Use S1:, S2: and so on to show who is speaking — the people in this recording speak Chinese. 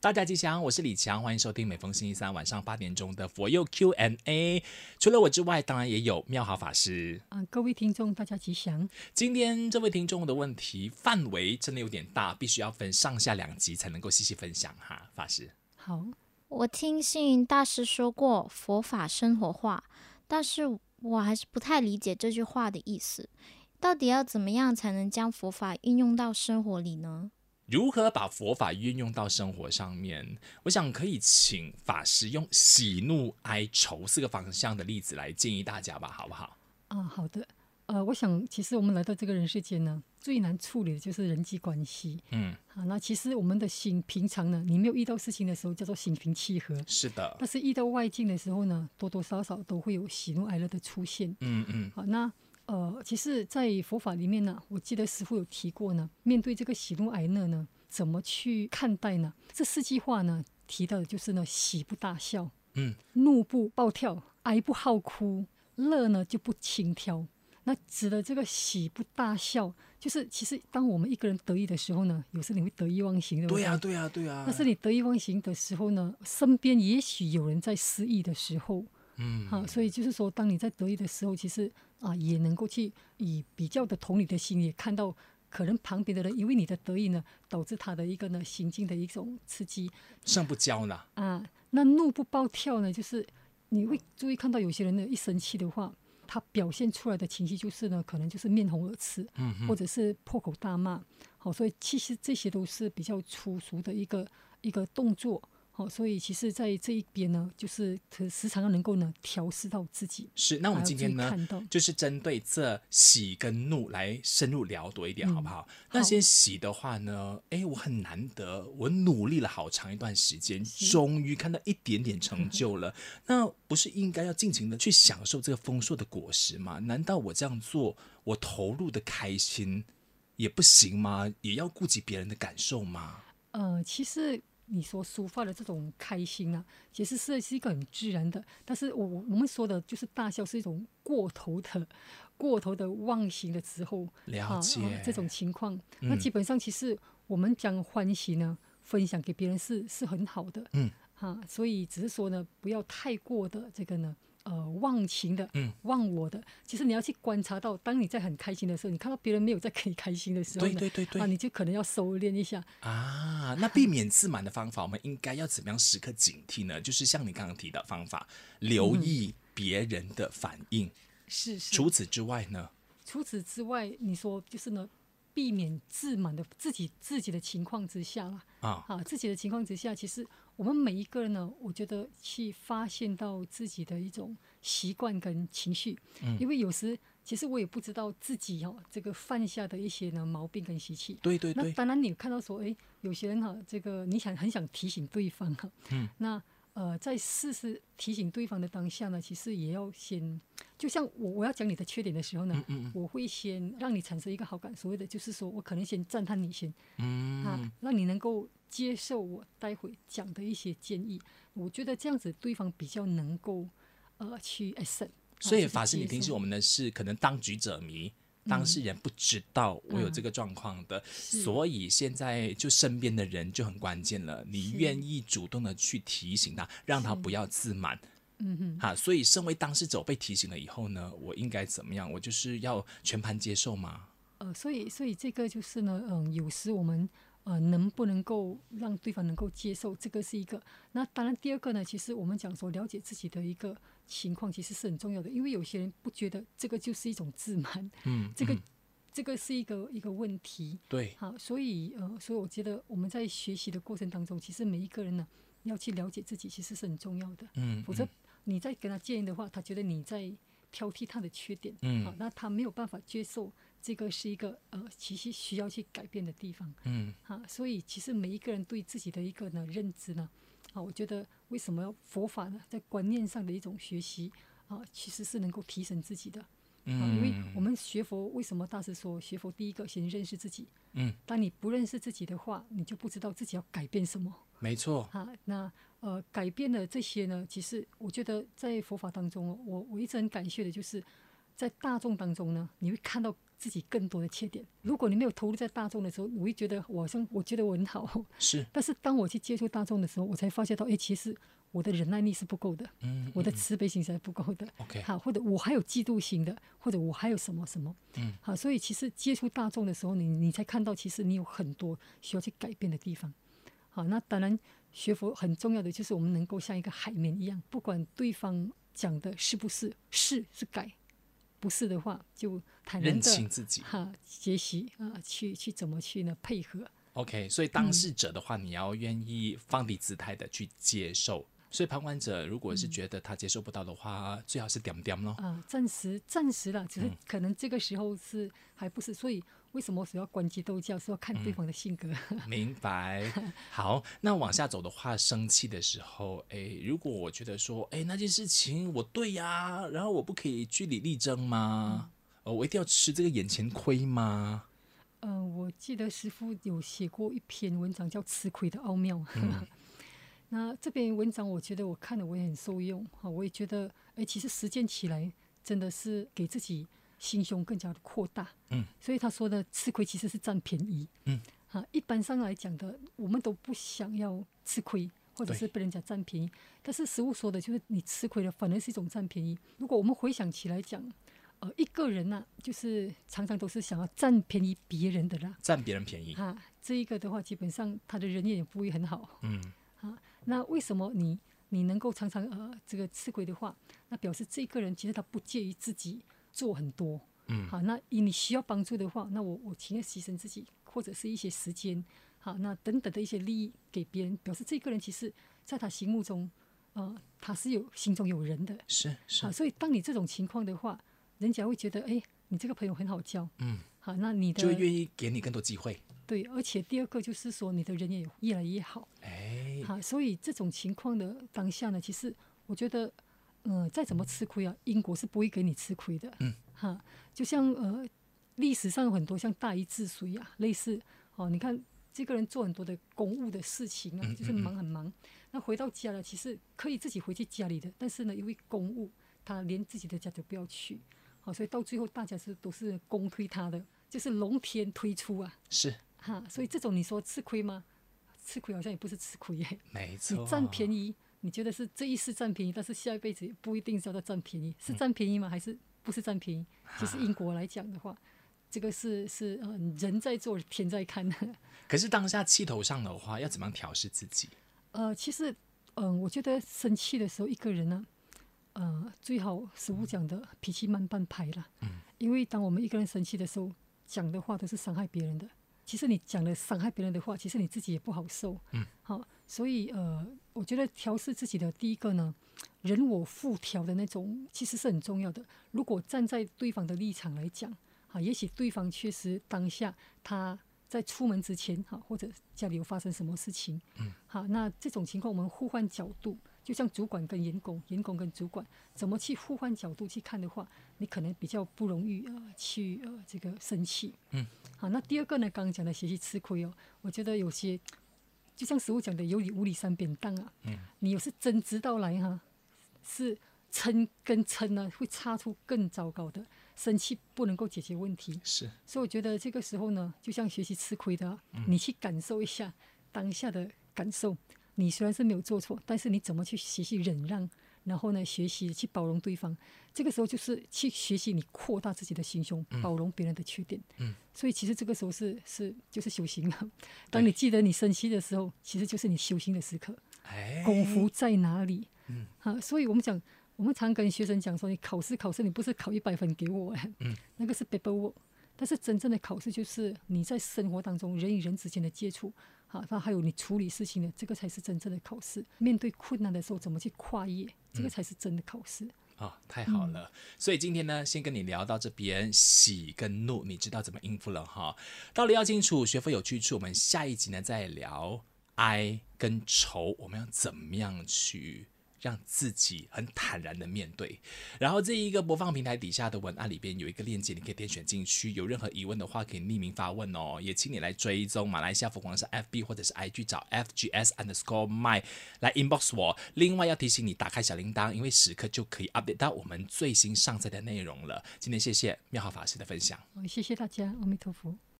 S1: 大家吉祥，我是李强，欢迎收听每逢星期三晚上八点钟的佛佑 Q&A。除了我之外，当然也有妙好法师。
S2: 啊，各位听众，大家吉祥。
S1: 今天这位听众的问题范围真的有点大，必须要分上下两集才能够细细分享哈，法师。
S2: 好，
S3: 我听星云大师说过佛法生活化，但是我还是不太理解这句话的意思。到底要怎么样才能将佛法运用到生活里呢？
S1: 如何把佛法运用到生活上面？我想可以请法师用喜怒哀愁四个方向的例子来建议大家吧，好不好？
S2: 啊，好的。呃，我想其实我们来到这个人世间呢，最难处理的就是人际关系。
S1: 嗯，
S2: 啊，那其实我们的心平常呢，你没有遇到事情的时候叫做心平气和，
S1: 是的，
S2: 但是遇到外境的时候呢，多多少少都会有喜怒哀乐的出现。
S1: 嗯嗯，
S2: 好，那呃，其实，在佛法里面呢，我记得师父有提过呢，面对这个喜怒哀乐呢，怎么去看待呢？这四句话呢，提到的就是呢，喜不大笑，
S1: 嗯，
S2: 怒不暴跳，哀不好哭，乐呢就不轻佻。那指的这个喜不大笑，就是其实当我们一个人得意的时候呢，有时你会得意忘形，对不
S1: 对
S2: 对？
S1: 呀、对呀、对呀、
S2: 但是你得意忘形的时候呢，身边也许有人在失意的时候，
S1: 嗯，
S2: 好、啊所以就是说，当你在得意的时候，其实啊，也能够去以比较的同理的心，也看到可能旁边的人因为你的得意呢，导致他的一个呢行径的一种刺激
S1: 胜不骄呢。
S2: 啊。那怒不暴跳呢，就是你会注意看到有些人呢，一生气的话，他表现出来的情绪就是呢，可能就是面红耳赤，
S1: 嗯
S2: 或者是破口大骂。好，所以其实这些都是比较粗俗的一个一个动作。好，所以其实，在这一边呢，就是可时常能够呢调试到自己。
S1: 是，那我们今天
S2: 还
S1: 呢
S2: 有注意看到，
S1: 就是针对这喜跟怒来深入聊多一点，
S2: 嗯
S1: 好不好？那先喜的话呢，哎，我很难得，我努力了好长一段时间，
S2: 是
S1: 终于看到一点点成就了。那不是应该要尽情的去享受这个丰硕的果实吗？难道我这样做，我投入的开心也不行吗？也要顾及别人的感受吗？
S2: 呃，其实你所抒发的这种开心啊，其实是是一个很自然的，但是我我们说的就是大笑是一种过头的、过头的忘形的时候，啊
S1: 了
S2: 啊
S1: 解、
S2: 这种情况。
S1: 嗯
S2: 那基本上其实我们将欢喜呢分享给别人是是很好的，
S1: 嗯，
S2: 啊，所以只是说呢，不要太过的这个呢。呃，忘情的，
S1: 嗯，
S2: 忘我的。其实你要去观察到，当你在很开心的时候，你看到别人没有在给 你开心的时候
S1: 对
S2: 呢，
S1: 对对对
S2: 啊，你就可能要收敛一下，
S1: 啊，那避免自满的方法，我们应该要怎么样时刻警惕呢？就是像你刚刚提的方法，留意别人的反应。
S2: 是嗯是。
S1: 除此之外呢？
S2: 除此之外，你说就是呢，避免自满的自己自己的情况之下啦，
S1: 啊，
S2: 啊，自己的情况之下，其实我们每一个人呢，我觉得去发现到自己的一种习惯跟情绪，
S1: 嗯
S2: 因为有时其实我也不知道自己哦这个犯下的一些呢毛病跟习气。
S1: 对对
S2: 那
S1: 对，
S2: 当然，你有看到说，哎，有些人哈、这个你想很想提醒对方哈、
S1: 嗯，
S2: 那呃，在事事提醒对方的当下呢，其实也要先，就像我我要讲你的缺点的时候呢，
S1: 嗯嗯
S2: 我会先让你产生一个好感，所谓的就是说我可能先赞叹你先
S1: 嗯
S2: 啊
S1: 嗯，，
S2: 让你能够接受我待会讲的一些建议，我觉得这样子对方比较能够呃去 accept 啊。
S1: 所以
S2: 就是
S1: 法师，你
S2: 接
S1: 提
S2: 受
S1: 醒我们的是，可能当局者迷。当事人不知道我有这个状况的，
S2: 嗯是
S1: 所以现在就身边的人就很关键了。你
S2: 是
S1: 愿意主动的去提醒他，让他
S2: 是
S1: 不要自满，
S2: 嗯哼，
S1: 哈，所以身为当事者，我被提醒了以后呢，我应该怎么样？我就是要全盘接受吗？
S2: 呃，所以所以这个就是呢，嗯，有时我们呃能不能够让对方能够接受，这个是一个。那当然，第二个呢，其实我们讲说了解自己的一个情况，其实是很重要的，因为有些人不觉得这个就是一种自满，
S1: 嗯，
S2: 这个、
S1: 嗯
S2: 这个是一个一个问题。
S1: 对，
S2: 好，所以呃，所以我觉得我们在学习的过程当中，其实每一个人呢，要去了解自己，其实是很重要的。
S1: 嗯，
S2: 否则
S1: 嗯
S2: 你在跟他建议的话，他觉得你在挑剔他的缺点，
S1: 嗯
S2: 好，那他没有办法接受，这个是一个呃，其实需要去改变的地方
S1: 嗯
S2: 啊。所以其实每一个人对自己的一个呢认知呢，啊，我觉得为什么要佛法呢，在观念上的一种学习啊，其实是能够提升自己的啊，因为我
S1: 嗯
S2: 们学佛，为什么大师说学佛第一个先认识自己？
S1: 嗯，
S2: 当你不认识自己的话，你就不知道自己要改变什么。
S1: 没错，
S2: 啊，那呃，改变了这些呢，其实我觉得在佛法当中哦，我我一直很感谢的就是，在大众当中呢，你会看到自己更多的缺点。如果你没有投入在大众的时候，我会觉得我好像我觉得我很好，
S1: 是，
S2: 但是当我去接触大众的时候，我才发现到，哎，其实我的忍耐力是不够的，
S1: 嗯
S2: 我的慈悲心是还不够的。
S1: ，OK，
S2: 好，或者我还有嫉妒心的，或者我还有什么什么，
S1: 嗯，
S2: 好，所以其实接触大众的时候，你你才看到，其实你有很多需要去改变的地方。好，那当然学佛很重要的就是我们能够像一个海绵一样，不管对方讲的是不是是是改，不是的话就坦然
S1: 认清
S2: 的
S1: 自己
S2: 哈学习啊，去去怎么去呢配合。
S1: ，OK，所以
S2: 嗯
S1: 当事者的话，你要愿意放低姿态的去接受。所以旁观者如果是
S2: 嗯
S1: 觉得他接受不到的话，最好是点点 咯。
S2: 啊，暂时暂时啦，
S1: 嗯
S2: 只是可能这个时候是还不是，所以为什么说要关机斗教，是要看
S1: 嗯
S2: 对方的性格。
S1: 明白。好，那往下走的话，生气的时候，诶，如果我觉得说，诶，那件事情我对呀，然后我不可以据理力争吗？哦，我一定要吃这个眼前亏吗？
S2: 嗯、我记得师傅有写过一篇文章叫《吃亏的奥妙》 那这篇文章，我觉得我看了我也很受用哈，我也觉得，哎，其实实践起来真的是给自己心胸更加的扩大。
S1: 嗯，
S2: 所以他说的吃亏其实是占便宜。
S1: 嗯，
S2: 啊，一般上来讲的，我们都不想要吃亏，或者
S1: 对
S2: 是被人家占便宜。但是实物说的就是你吃亏了，反而是一种占便宜。如果我们回想起来讲，呃，一个人呐、就是常常都是想要占便宜别人的啦。
S1: 占别人便宜，
S2: 啊，这一个的话，基本上他的人缘也不会很好。
S1: 嗯，
S2: 那为什么你你能够常常呃这个吃亏的话，那表示这个人其实他不介于自己做很多，
S1: 嗯
S2: 好，那以你需要帮助的话，那我我情愿牺牲自己或者是一些时间，好，那等等的一些利益给别人，表示这个人其实在他心目中，呃，他是有心中有人的，
S1: 是是
S2: 啊，，所以当你这种情况的话，人家会觉得，哎，你这个朋友很好交，
S1: 嗯，
S2: 好，那你的
S1: 就愿意给你更多机会。
S2: 对，而且第二个就是说你的人也越来越好。
S1: 诶，
S2: 好，所以这种情况的当下呢，其实我觉得，呃，再怎么吃亏啊，英国是不会给你吃亏的。
S1: 嗯，
S2: 哈，就像呃，历史上有很多像大禹治水啊，类似哦，你看这个人做很多的公务的事情啊，就是忙很忙，那回到家了，其实可以自己回去家里的，但是呢，因为公务，他连自己的家都不要去，好、所以到最后大家是都是公推他的，就是龙天推出啊，
S1: 是
S2: 哈，所以这种你说吃亏吗？吃亏好像也不是吃亏耶、
S1: 没错，
S2: 你占便宜，你觉得是这一世占便宜，但是下一辈子也不一定是要再占便宜，是
S1: 嗯
S2: 占便宜吗？还是不是占便 宜？其实因果来讲的话，这个是是呃人在做，天在看。
S1: 可是当下气头上的话，要怎么样调试自己？
S2: 呃，其实嗯、呃我觉得生气的时候，一个人呢、呃，最好师傅讲的脾气慢半拍啦。嗯。因为当我们一个人生气的时候，讲的话都是伤害别人的。其实你讲的伤害别人的话，其实你自己也不好受。
S1: 嗯。
S2: 好，所以呃，我觉得调试自己的第一个呢，人我复调的那种，其实是很重要的。如果站在对方的立场来讲，啊，也许对方确实当下他在出门之前，哈、或者家里有发生什么事情，好，那这种情况我们互换角度，就像主管跟员工，员工跟主管，怎么去互换角度去看的话，你可能比较不容易呃去呃这个生气。
S1: 嗯，
S2: 好，那第二个呢，刚刚讲的学习吃亏哦，我觉得有些就像食物讲的有理无理三扁担啊，嗯，你有时真知道来哈、是撑跟撑呢会擦出更糟糕的，生气不能够解决问题。
S1: 是
S2: 所以我觉得这个时候呢，就像学习吃亏的啊、你去感受一下当下的感受。你虽然是没有做错，但是你怎么去学习忍让，然后呢，学习去包容对方。这个时候就是去学习你扩大自己的心胸，包容别人的缺点。
S1: 嗯，
S2: 所以其实这个时候是是就是修行了。当你记得你生气的时候，其实就是你修行的时刻。
S1: 诶，
S2: 功夫在哪里？哎嗯，啊，所以我们讲，我们常跟学生讲说，你考试考试，你不是考一百分给我，哎，嗯， 那个是 paper work，但是真正的考试就是你在生活当中人与人之间的接触，啊，那还有你处理事情的，这个才是真正的考试。面对困难的时候，怎么去跨越，这个才是真的考试。
S1: 啊、太好了！
S2: 嗯
S1: 所以今天呢，先跟你聊到这边，喜跟怒，你知道怎么应付了哈。道理要清楚，学佛有去处。我们下一集呢再聊哀跟愁，我们要怎么样去让自己很坦然的面对。然后这一个播放平台底下的文案里边有一个链接，你可以点选进去。有任何疑问的话，可以匿名发问哦。也请你来追踪马来西亚疯狂的是 FB 或者是 IG 找 FGS underscore my 来 inbox 我。另外要提醒你打开小铃铛，因为时刻就可以 update 到我们最新上载的内容了。今天谢谢妙好法师的分享。
S2: 啊好谢谢大家，阿弥陀佛。